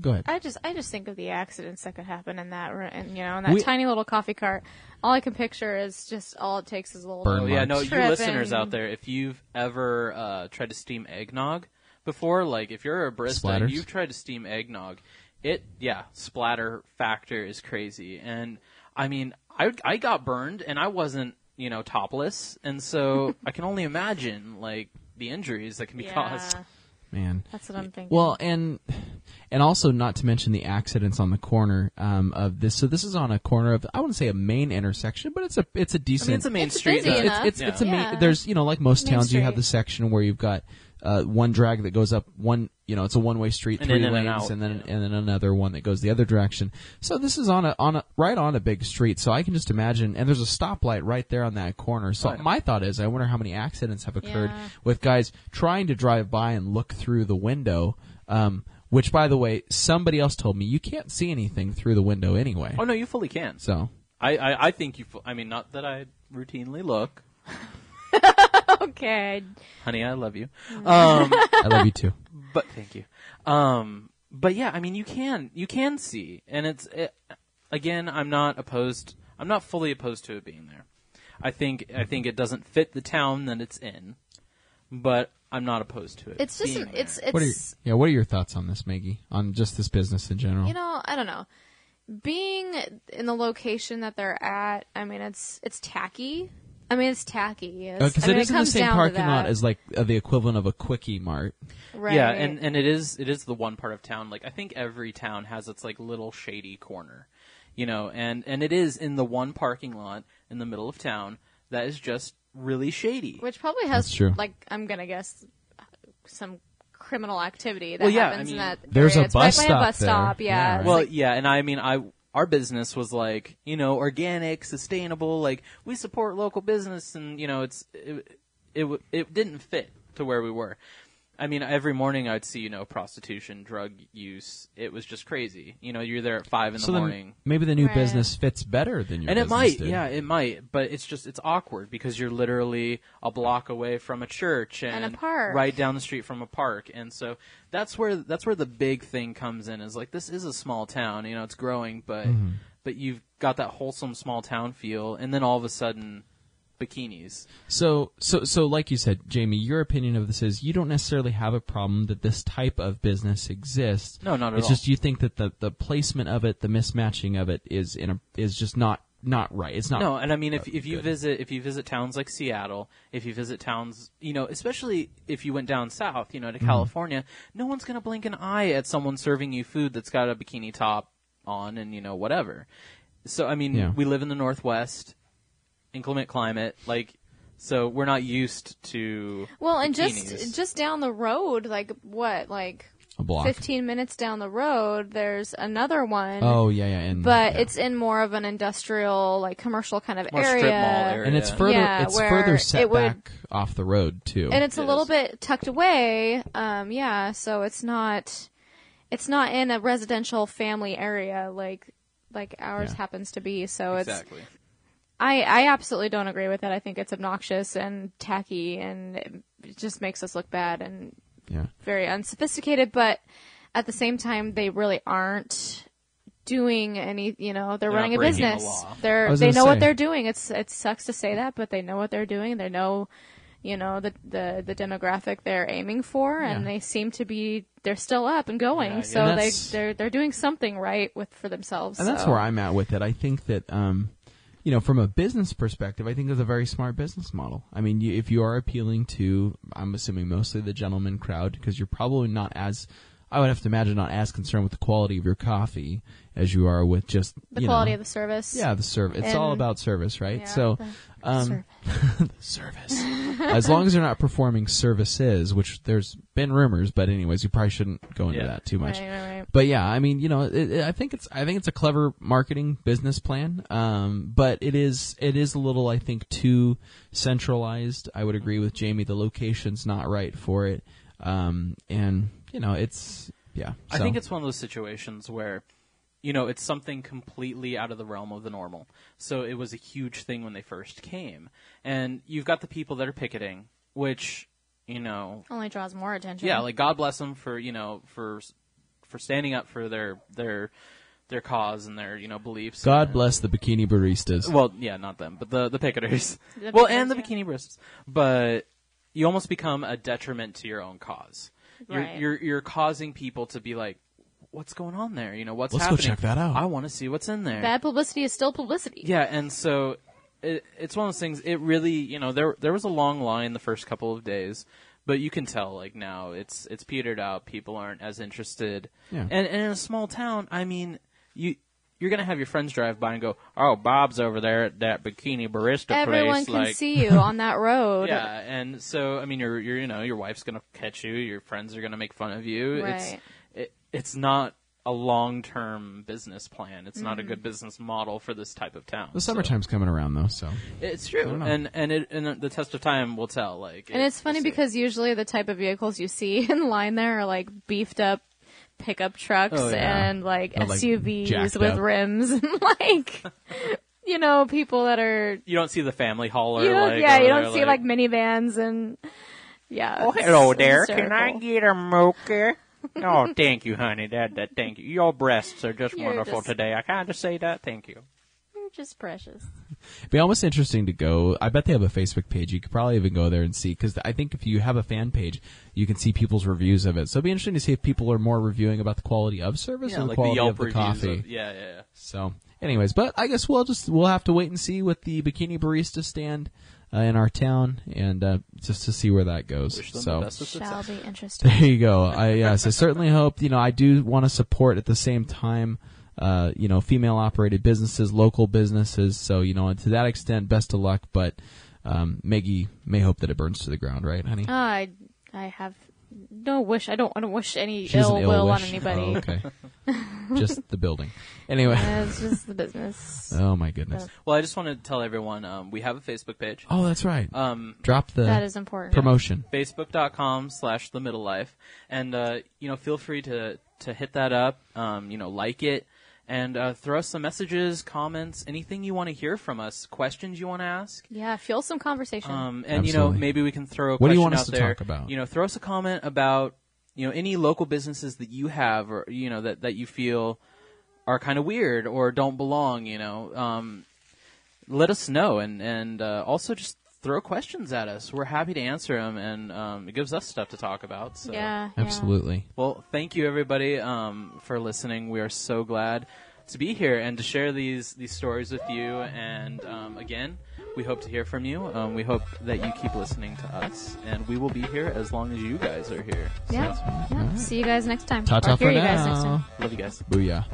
D: Go ahead.
E: I just, I just think of the accidents that could happen in that, ro- and you know, in that
D: We-
E: tiny little coffee cart. All I can picture is just all it takes is a little.
D: Burn
B: Oh yeah,
D: Marks.
B: no, you
E: Tripping.
B: listeners out there, if you've ever uh, tried to steam eggnog before, like if you're a barista
D: Splatters?
B: and you've tried to steam eggnog, it yeah, splatter factor is crazy. And I mean, I I got burned and I wasn't you know topless,
E: <laughs>
B: and so I can only imagine like the injuries that can be
E: Yeah,
B: caused.
D: Man.
E: that's what I'm thinking.
D: Well, and and also not to mention the accidents on the corner um, of this. So this is on a corner of I wouldn't say a main intersection, but it's a it's a
B: I
D: decent.
B: mean, it's a main
E: It's
B: street.
E: busy
B: though.
E: enough.
D: it's it's, it's a
E: Yeah.
D: main, there's you know like most
E: Main
D: towns you have
E: street.
D: the section where you've got uh, one drag that goes up one you know it's a one way street
B: And
D: three
B: in and
D: lanes
B: out,
D: and then
B: yeah.
D: and then another one that goes the other direction. So this is on a on a right on a big street. So I can just imagine and there's a stoplight right there on that corner. So
B: Oh, yeah.
D: my thought is I wonder how many accidents have occurred
E: Yeah.
D: with guys trying to drive by and look through the window. Um, which by the way somebody else told me you can't see anything through the window anyway.
B: Oh no, you fully can.
D: So
B: I, I, I think you. fu- I mean, not that I routinely look.
C: Okay.
B: Honey, I love you.
E: Mm.
B: Um,
D: I love
E: <laughs>
D: you too.
B: but thank you. Um, but yeah, I mean, you can you can see, and it's it, again, I'm not opposed. I'm not fully opposed to it being there. I think I think it doesn't fit the town that it's in, but I'm not opposed to it.
C: It's just
B: being
C: an, it's
B: there.
C: it's
D: What are your, yeah? What are your thoughts on this, Maggie? On just this business in general?
C: you know I don't know. Being in the location that they're at, I mean it's it's tacky. I mean it's tacky. It's-
D: because
C: I mean,
D: Uh, it isn't the
C: comes
D: same
C: down to
D: parking lot
C: that.
D: as like uh, the equivalent of a quickie mart.
C: right.
B: yeah, and and it is it is the one part of town. Like I think every town has its like little shady corner, you know, and and it is in the one parking lot in the middle of town that is just really shady.
C: which probably has
D: That's true.
C: like I'm gonna guess some criminal activity that
B: Well, yeah,
C: happens
B: I
C: in
B: mean-
C: that.
D: There's
C: area.
D: a
C: It's right
D: bus
C: by
D: stop
C: a bus
D: there.
C: stop.
D: Yeah,
C: Yeah.
D: right.
C: it's
B: Well,
C: like-
B: yeah, and I mean, I our business was like you know organic, sustainable. Like we support local business, and you know it's it it, w- it didn't fit to where we were. I mean, every morning I'd see you know prostitution, drug use. It was just crazy. You know, you're there at five in
D: So
B: the
D: then
B: morning.
D: maybe the new
C: Right.
D: business fits better than your
B: and it
D: business
B: might
D: did.
B: yeah it might but it's just it's awkward because you're literally a block away from a church and,
C: a park.
B: right down the street from a park and so that's where that's where the big thing comes in is like this is a small town you know it's growing but
D: Mm-hmm.
B: but you've got that wholesome small town feel and then all of a sudden bikinis
D: So so so like you said, Jamie, your opinion of this is you don't necessarily have a problem that this type of business exists.
B: No, not at
D: it's
B: all.
D: just you think that the, the placement of it, the mismatching of it is in a is just not not right. It's not
B: No, and I mean if if you
D: good.
B: visit if you visit towns like Seattle, if you visit towns, you know, especially if you went down south, you know, to
D: Mm-hmm.
B: California, no one's going to blink an eye at someone serving you food that's got a bikini top on and you know whatever. So I mean,
D: Yeah.
B: we live in the northwest, inclement climate, like so we're not used to
C: well, and
B: bikinis.
C: just just down the road, like what, like
D: a block.
C: 15 minutes down the road, there's another one.
D: Oh yeah, yeah,
B: Mm,
D: and
C: But
D: yeah.
C: it's in more of an industrial, like commercial kind of
B: More
C: area.
B: strip mall area.
D: and it's further
C: Yeah,
D: it's
C: where
D: further
C: it
D: set
C: would-
D: back off the road too.
C: and it's a
B: It
C: little
B: is.
C: bit tucked away. Um, yeah, so it's not, it's not in a residential family area like like ours
D: Yeah.
C: happens to be. So Oh, it's
B: exactly.
C: I, I absolutely don't agree with it. I think it's obnoxious and tacky and it just makes us look bad and
D: yeah.
C: very unsophisticated, but at the same time, they really aren't doing any, you know, they're,
B: They're
C: running
B: not
C: a
B: breaking the
C: business.
B: law.
C: They're,
D: was
C: they
D: gonna
C: know
D: say.
C: what they're doing. It's, it sucks to say that, but they know what they're doing. They know, you know, the, the, the demographic they're aiming for and
D: Yeah.
C: they seem to be, they're still up and going.
B: Yeah, yeah.
C: So
D: And
C: they,
D: that's-
C: they're, they're doing something right with, for themselves.
D: And that's
C: so.
D: where I'm at with it. I think that, um, you know, from a business perspective, I think it's a very smart business model. I mean, you, if you are appealing to, I'm assuming mostly the gentleman crowd, because you're probably not as, I would have to imagine, not as concerned with the quality of your coffee as you are with just
C: the
D: you
C: quality
D: know,
C: of the service.
D: yeah, the service. It's all
C: And-
D: about service, right?
C: Yeah,
D: so,
C: the
D: um, <laughs> the service. as long as they're not performing services, which there's been rumors, but anyways, you probably shouldn't go into
B: Yeah.
D: that too much.
C: Right, right, right.
D: But yeah, I mean, you know, it, it- I think it's I think it's a clever marketing business plan. Um, but it is it is a little I think too centralized. I would agree with Jamie. The location's not right for it. Um, and you know, it's yeah.
B: I
D: so-
B: think it's one of those situations where, you know, it's something completely out of the realm of the normal. So it was a huge thing when they first came. And you've got the people that are picketing, which, you know,
C: Only draws more attention.
B: yeah, like God bless them for, you know, for for standing up for their their their cause and their, you know, beliefs.
D: God bless the bikini baristas.
B: Well, yeah, not them, but the the picketers.
C: <laughs> The
B: well,
C: picketers,
B: and the
C: yeah.
B: bikini wrists. But you almost become a detriment to your own cause. You're
C: Right.
B: you're you're causing people to be like, "What's going on there? You know, what's
D: Let's go
B: happening?
D: check that out."
B: I want to see what's in there."
C: Bad publicity is still publicity.
B: yeah, and so it, it's one of those things. It really, you know, there there was a long line the first couple of days, but you can tell like now it's it's petered out. People aren't as interested.
D: Yeah.
B: And, and in a small town, I mean, you. You're gonna have your friends drive by and go, "Oh, Bob's over there at that bikini barista
C: Everyone
B: place."
C: can
B: like,
C: see you on
B: <laughs>
C: that road.
B: yeah, and so I mean, your your you know your wife's gonna catch you, your friends are gonna make fun of you. It's
C: Right.
B: it, it's not a long term business plan. It's not a good business model for this type of town.
D: the
B: So-
D: summertime's coming around though, so
B: it's true,
D: know.
B: and and it and the test of time will tell. Like,
C: And it's funny
B: we'll see.
C: because usually the type of vehicles you see <laughs> in line there are like beefed up pickup trucks
B: Oh, yeah.
C: and like
D: Or, like,
C: SUVs
D: jacked
C: with
D: up.
C: rims and <laughs> like you know, people that are.
B: You don't see the family hauler.
C: You don't,
B: like,
C: yeah,
B: over
C: you
B: there,
C: don't see like, minivans and yeah.
B: Oh,
C: it's-
B: hello
C: it's
B: there. Can
C: hysterical.
B: I get a mocha? oh, thank you, honey. That, that, thank you. Your breasts are just
C: You're
B: wonderful
C: just-
B: today. I can't just say that. Thank you.
C: You're just precious.
F: It'd be almost interesting to go. I bet they have a Facebook page. You could probably even go there and see because I think if you have a fan page, you can see people's reviews of it. So it'd be interesting to see if people are more reviewing about the quality of service or the quality of the
B: reviews
F: coffee.
B: of- yeah, yeah, yeah.
F: So, anyways, but I guess we'll just we'll have to wait and see with the bikini barista stand uh, in our town, and uh, just to see where that goes.
B: Wish them
F: so.
B: the best of
G: Shall
B: success.
G: be interesting.
F: <laughs> There you go. I yes, I certainly hope you know. I do want to support at the same time, uh, you know, female operated businesses, local businesses. So you know, and to that extent, best of luck. But um, Maggie may hope that it burns to the ground, right, honey?
C: Ah, I I have no wish. I don't want to wish any
F: She has
C: ill
F: an
C: will on
F: wish.
C: anybody.
F: Oh, okay,
C: <laughs>
F: just the building. Anyway.
C: Uh, it's just the business.
D: Uh,
F: Oh my goodness.
B: Well, I just want to tell everyone um, we have a Facebook page.
F: Oh, that's right.
B: Um,
F: Drop the
C: that is important.
F: promotion.
B: facebook.com slash the middle life and uh, you know feel free to to hit that up um, you know like it and uh, throw us some messages comments anything you want to hear from us questions you want to ask
C: yeah, fuel some conversation.
B: um, and you know
F: Absolutely.
B: maybe we can throw a
F: What do
B: question
F: you want
B: out
F: us to
B: there
F: talk about?
B: you know throw us a comment about you know any local businesses that you have or you know that that you feel are kind of weird or don't belong you know um, let us know and and uh, also just throw questions at us we're happy to answer them and um, it gives us stuff to talk about so
C: yeah, yeah.
F: Absolutely.
B: well thank you everybody um, for listening we are so glad to be here and to share these these stories with you and um, again we hope to hear from you um, we hope that you keep listening to us and we will be here as long as you guys are here
C: Yeah. yeah. See you guys next time.
F: Ta ta
C: Or hear
F: for
C: you guys next time.
F: now.
B: love you guys
F: Booyah.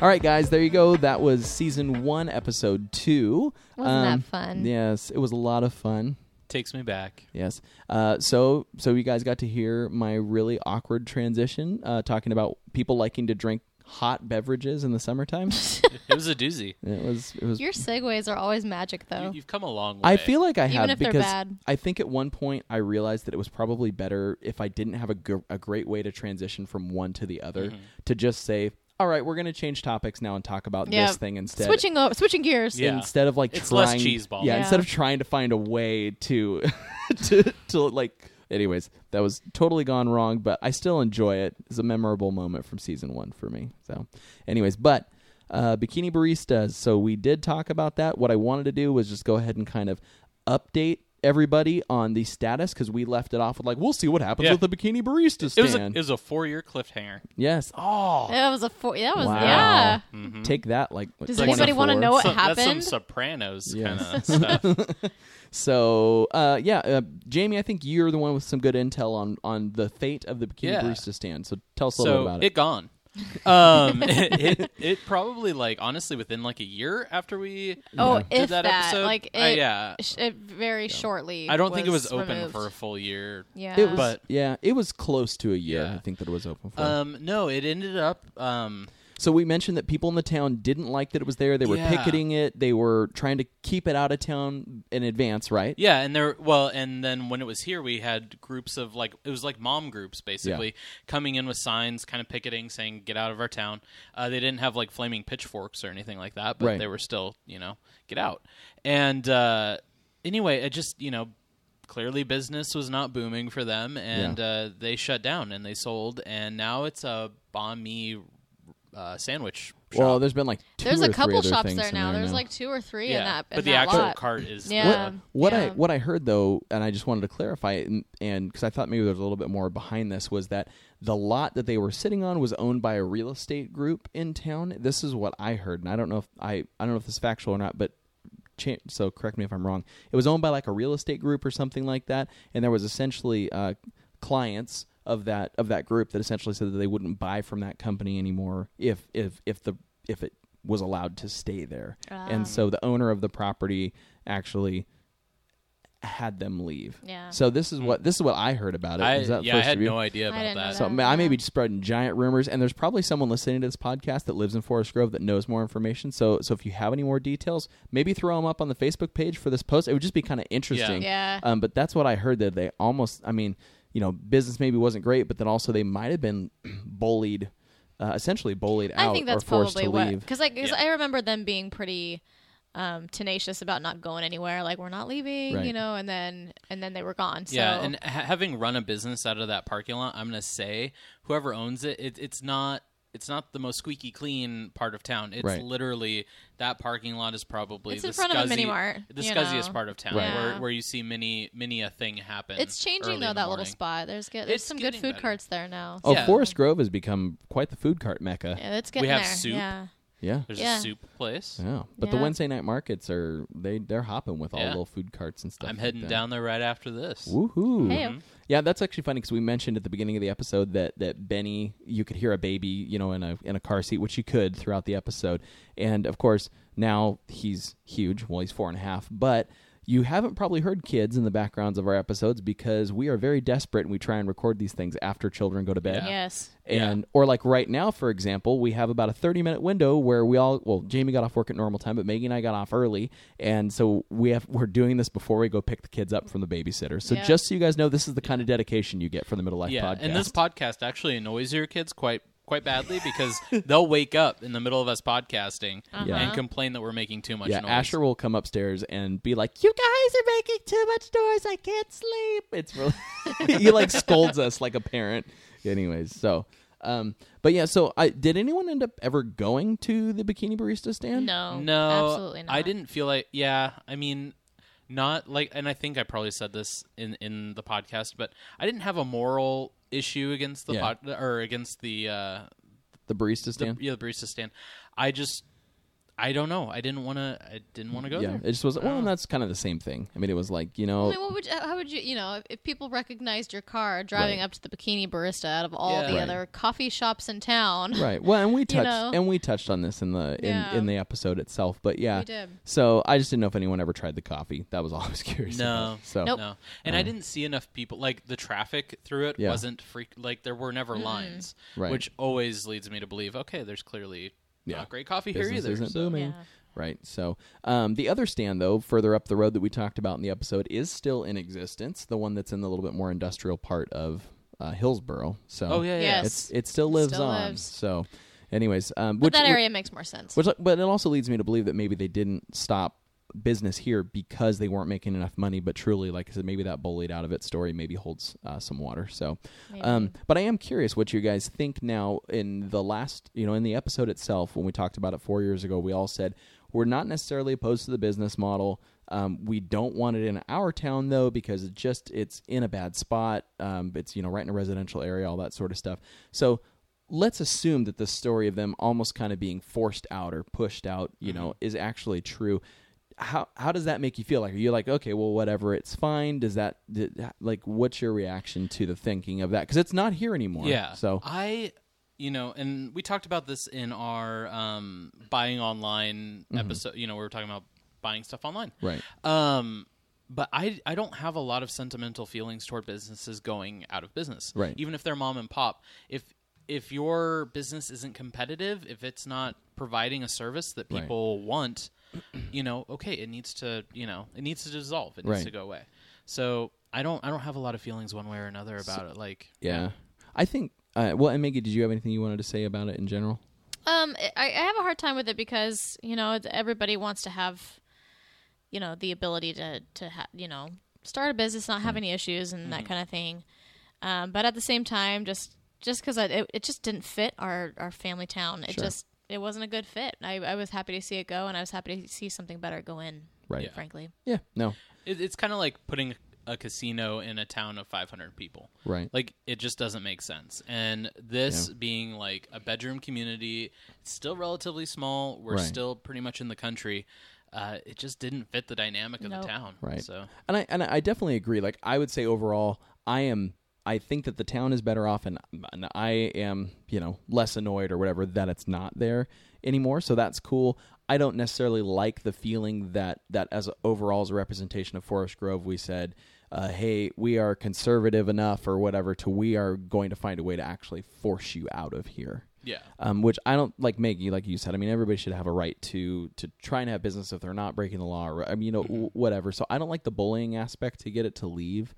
D: All right, guys, there you go. That was season one, episode two. Um,
C: Wasn't that fun?
D: Yes, it was a lot of fun.
B: takes me back
D: Yes. Uh, so, so you guys got to hear my really awkward transition uh, talking about people liking to drink hot beverages in the summertime.
H: <laughs> It was a doozy.
D: it was. It was.
C: Your segues are always magic, though.
H: You, have come a long way.
D: I feel like I
C: Even
D: have
C: if they're
D: because
C: bad.
D: I think at one point I realized that it was probably better if I didn't have a, gr- a great way to transition from one to the other
C: Mm-hmm.
D: to just say, "All right, we're going to change topics now and talk about
C: Yeah.
D: this thing instead."
C: switching over, switching gears.
H: Yeah.
D: instead of like
H: It's
D: trying,
H: less cheese balls.
D: Yeah,
C: Yeah.
D: instead of trying to find a way to <laughs> to to like. Anyways, that was totally gone wrong, but I still enjoy it. It's a memorable moment from season one for me. So, anyways, but uh, bikini baristas. So we did talk about that. What I wanted to do was just go ahead and kind of update everybody on the status because we left it off with like we'll see what happens
H: Yeah.
D: with the bikini barista
H: it was a,
D: stand.
H: it was a four year cliffhanger.
D: yes.
C: That was a four. That was
D: Wow.
C: yeah.
H: Mm-hmm.
D: Take that. Like,
C: Does anybody wanna
D: 24.
C: know What
H: Some- That's some
C: happened?
H: Sopranos
D: Yes. <laughs>
H: kind of stuff.
D: So uh, yeah, uh, Jamie, I think you're the one with some good intel on on the fate of the Bikini
H: Yeah.
D: Barista stand. So tell us a little
H: so
D: bit about
H: it.
D: it.
H: gone. um, <laughs> it, it it probably like honestly within like a year after we
C: Oh,
H: did
C: if
H: that,
C: that,
H: episode,
C: like it,
H: I- yeah,
C: sh- it very shortly.
H: I don't think it was open
C: removed.
H: for a full year.
C: Yeah,
D: was
H: but-
D: yeah, it was close to a year.
H: Yeah.
D: I think that it was open for.
H: Um, no, it ended up um,
D: so we mentioned that people in the town didn't like that it was there. They were
H: Yeah.
D: picketing it. They were trying to keep it out of town in advance, right?
H: Yeah, and there well, and then when it was here, we had groups of like it was like mom groups basically coming in with signs, kind of picketing, saying "Get out of our town." Uh, they didn't have like flaming pitchforks or anything like that, but
D: Right.
H: they were still you know get out. And uh, anyway, it just you know clearly business was not booming for them, and uh, they shut down and they sold, and now it's a banh mi uh, sandwich. Shop.
D: Well, there's been like two
C: there's
D: or
C: a
D: three
C: couple
D: other
C: shops
D: things
C: there
D: in
C: now.
D: There
C: There's
D: now.
C: like two or three
H: yeah,
C: in that.
H: but
C: in
H: the
C: that
H: actual
C: lot.
H: cart is uh,
C: Yeah.
D: What, what I
C: yeah.
D: what I heard though, and I just wanted to clarify, and because I thought maybe there was a little bit more behind this, was that the lot that they were sitting on was owned by a real estate group in town. This is what I heard, and I don't know if I I don't know if this is factual or not, but cha- so correct me if I'm wrong. It was owned by like a real estate group or something like that, and there was essentially uh, clients of that of that group that essentially said that they wouldn't buy from that company anymore if if if the if it was allowed to stay there.
C: Ah.
D: And so the owner of the property actually had them leave.
C: Yeah.
D: So this is what this is what I heard about it.
H: I,
D: Is that
H: yeah, I
D: first
H: had
D: of you?
H: no idea about
C: didn't know
H: that.
C: that.
D: So man, I may be spreading giant rumors, and there's probably someone listening to this podcast that lives in Forest Grove that knows more information. So, so if you have any more details, maybe throw them up on the Facebook page for this post. It would just be kind of interesting.
C: Yeah.
D: Um, but that's what I heard that they almost. I mean, you know, business maybe wasn't great, but then also they might have been <clears throat> bullied. uh, essentially bullied out
C: I think that's
D: or forced
C: probably
D: to
C: what
D: leave.
C: because like 'cause
B: Yeah.
C: I remember them being pretty um, tenacious about not going anywhere. Like we're not leaving,
D: Right.
C: you know. And then and then they were gone. So
B: Yeah, and ha- having run a business out of that parking lot, I'm gonna say whoever owns it, it it's not it's not the most squeaky clean part of town. It's
D: Right.
B: literally that parking lot is probably
C: It's
B: the
C: in front of a
B: scuzzy-
C: mini mart,
B: the
C: you
B: scuzziest
C: know.
B: part of town,
C: Right.
B: where
C: Yeah.
B: where you see many many a thing happen.
C: it's
B: early
C: changing
B: in
C: though
B: the
C: that little
B: morning.
C: spot. There's good. There's
B: It's
C: some good
B: getting
C: food
B: better.
C: carts there now.
D: Oh,
B: Yeah.
D: Forest Grove has become quite the food cart mecca.
C: Yeah, it's getting
B: have
C: there.
B: soup.
C: Yeah.
D: Yeah.
B: There's
C: Yeah.
B: a soup place.
D: Yeah, but the
C: Yeah.
D: Wednesday night markets are they they're hopping with all
B: Yeah.
D: little food carts and stuff.
B: I'm
D: like
B: heading
D: that.
B: down Mm-hmm. there right after this.
D: Woohoo!
C: Hey.
D: Yeah, that's actually funny because we mentioned at the beginning of the episode that that Benny, you could hear a baby, you know, in a in a car seat, which you could throughout the episode, and of course now he's huge. Well, he's four and a half, but. You haven't probably heard kids in the backgrounds of our episodes because we are very desperate and we try and record these things after children go to bed.
C: Yes.
D: And or like right now, for example, we have about a thirty minute window where we all well, Jamie got off work at normal time, but Maggie and I got off early, and so we have we're doing this before we go pick the kids up from the babysitter. So
C: Yeah.
D: just so you guys know, this is the kind of dedication you get from the middle life
B: yeah,
D: podcast.
B: and this podcast actually annoys your kids quite quite badly because <laughs> they'll wake up in the middle of us podcasting
D: Yeah.
B: and complain that we're making too much
D: yeah,
B: noise.
D: Asher will come upstairs and be like, "You guys are making too much noise. I can't sleep." It's really <laughs> he like scolds us like a parent. Anyways, so um, but yeah, so I did anyone end up ever going to the Bikini Barista stand?
C: No.
B: No,
C: Absolutely not.
B: I didn't feel like. Yeah, I mean, not like, and I think I probably said this in in the podcast, but I didn't have a moral issue against the
D: Yeah.
B: pod, or against the uh,
D: the barista
B: the
D: stand.
B: yeah, the barista stand. I just, I don't know. I didn't want to. I didn't want to go
D: yeah,
B: there.
D: it just was. Well,
C: Oh.
D: and that's kind of the same thing. I mean, it was like you know,
C: I mean, what would you, how would you you know if, if people recognized your car driving
D: Right.
C: up to the bikini barista out of all
B: Yeah.
C: the
D: Right.
C: other coffee shops in town?
D: right? Well, and we touched
C: know.
D: and we touched on this in the in,
C: Yeah.
D: in the episode itself, but yeah,
C: We did.
D: So I just didn't know if anyone ever tried the coffee. That was all I was <laughs> curious.
B: No.
D: about. so
C: Nope.
B: No, and I didn't see enough people. Like the traffic through it
D: Mm. Yeah.
B: wasn't freak. Like there were never lines,
D: Right.
B: which always leads me to believe. Okay, there's clearly
D: Yeah.
B: not great coffee here
D: business
B: either.
D: isn't
B: so-
D: booming.
C: Yeah.
D: Right. So um, the other stand, though, further up the road that we talked about in the episode, is still in existence. The one that's in the little bit more industrial part of uh, Hillsboro. So
B: Oh yeah, yeah.
C: <laughs> Yes.
D: it's it still lives
C: Still
D: on.
C: lives.
D: So, anyways, um,
C: But
D: which,
C: that
D: which-
C: area makes more sense.
D: Which, but it also leads me to believe that maybe they didn't stop business here because they weren't making enough money. But truly, like I said, maybe that bullied out of it story maybe holds uh, some water. So, um, but I am curious what you guys think now. In the last, you know, in the episode itself, when we talked about it four years ago, we all said we're not necessarily opposed to the business model. Um, we don't want it in our town though because it just it's in a bad spot. Um, it's you know right in a residential area, all that sort of stuff. So let's assume that the story of them almost kind of being forced out or pushed out, you know, is actually true. How how does that make you feel? Like, are you like, okay, well, whatever, it's fine? Does that did, like, what's your reaction to the thinking of that? Because it's not here anymore.
B: Yeah.
D: So
B: I, you know, and we talked about this in our um, buying online
D: Mm-hmm.
B: episode. You know, we were talking about buying stuff online.
D: right,
B: Um, but I I don't have a lot of sentimental feelings toward businesses going out of business.
D: Right.
B: Even if they're mom and pop, if if your business isn't competitive, if it's not providing a service that
D: Right.
B: people want, <clears throat> you know, okay, it needs to, you know, it needs to dissolve. It needs
D: Right.
B: to go away. So I don't I don't have a lot of feelings one way or another about it. Like
D: yeah. I think. Uh, well, and Maggie, did you have anything you wanted to say about it in general?
C: Um, I, I have a hard time with it because you know it's- everybody wants to have, you know, the ability to to ha- you know start a business, not
D: Mm.
C: have any issues and that kind of thing. Um, but at the same time, just just because it, it just didn't fit our our family town, it
D: Sure.
C: just it wasn't a good fit. I, I was happy to see it go, and I was happy to see something better go in.
D: Right. Yeah.
C: Frankly,
D: Yeah. No.
B: It, it's kind of like putting a casino in a town of 500 people.
D: Right.
B: Like it just doesn't make sense. And this being like a bedroom community, it's still relatively small. We're
D: Right.
B: still pretty much in the country. Uh, it just didn't fit the dynamic of the town.
D: Right.
B: So
D: And I and I definitely agree. Like I would say overall, I am I think that the town is better off, and, and I am you know less annoyed or whatever that it's not there anymore. So that's cool. I don't necessarily like the feeling that that as a, overall as a representation of Forest Grove, we said. Uh, hey, we are conservative enough, or whatever, to we are going to find a way to actually force you out of here
B: yeah.
D: um, which I don't like. Maggie, like you said, I mean, everybody should have a right to to try and have business if they're not breaking the law, or I mean, you know, w- whatever. So I don't like the bullying aspect to get it to leave.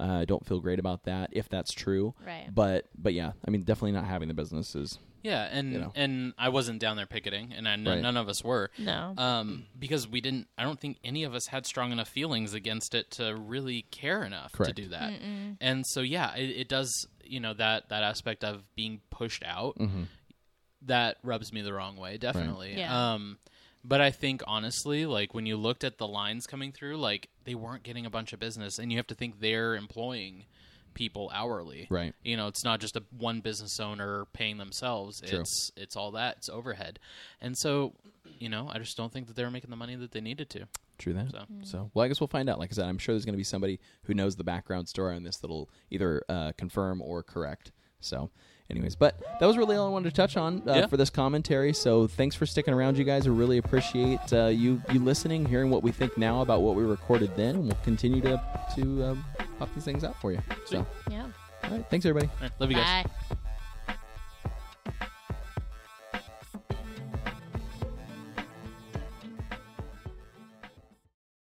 D: Uh, I don't feel great about that if that's true.
C: Right.
D: But but yeah, I mean, definitely not having the businesses.
B: Yeah, and
D: You know.
B: and I wasn't down there picketing, and I, kn-
D: Right.
B: none of us were.
D: Uh,
C: No.
B: um, because we didn't. I don't think any of us had strong enough feelings against it to really care enough
D: Correct.
B: to do that. And so, yeah, it, it does. You know that that aspect of being pushed out that rubs me the wrong way, definitely.
C: Yeah.
B: Um, but I think honestly, like when you looked at the lines coming through, like they weren't getting a bunch of business, and you have to think they're employing people hourly,
D: Right.
B: You know, it's not just a one business owner paying themselves. It's it's all that. It's overhead, and so you know, I just don't think that they were making the money that they needed to.
D: True that. So.
B: So.
D: well, I guess we'll find out. Like I said, I'm sure there's going to be somebody who knows the background story on this that'll either uh, confirm or correct. So, anyways, but that was really all I wanted to touch on uh,
B: Yeah.
D: for this commentary. So, thanks for sticking around, you guys. I really appreciate uh, you you listening, hearing what we think now about what we recorded then, and we'll continue to to um, pop these things out for you. So,
C: Yeah.
D: all right, thanks everybody.
B: All right, love you guys.
C: Bye.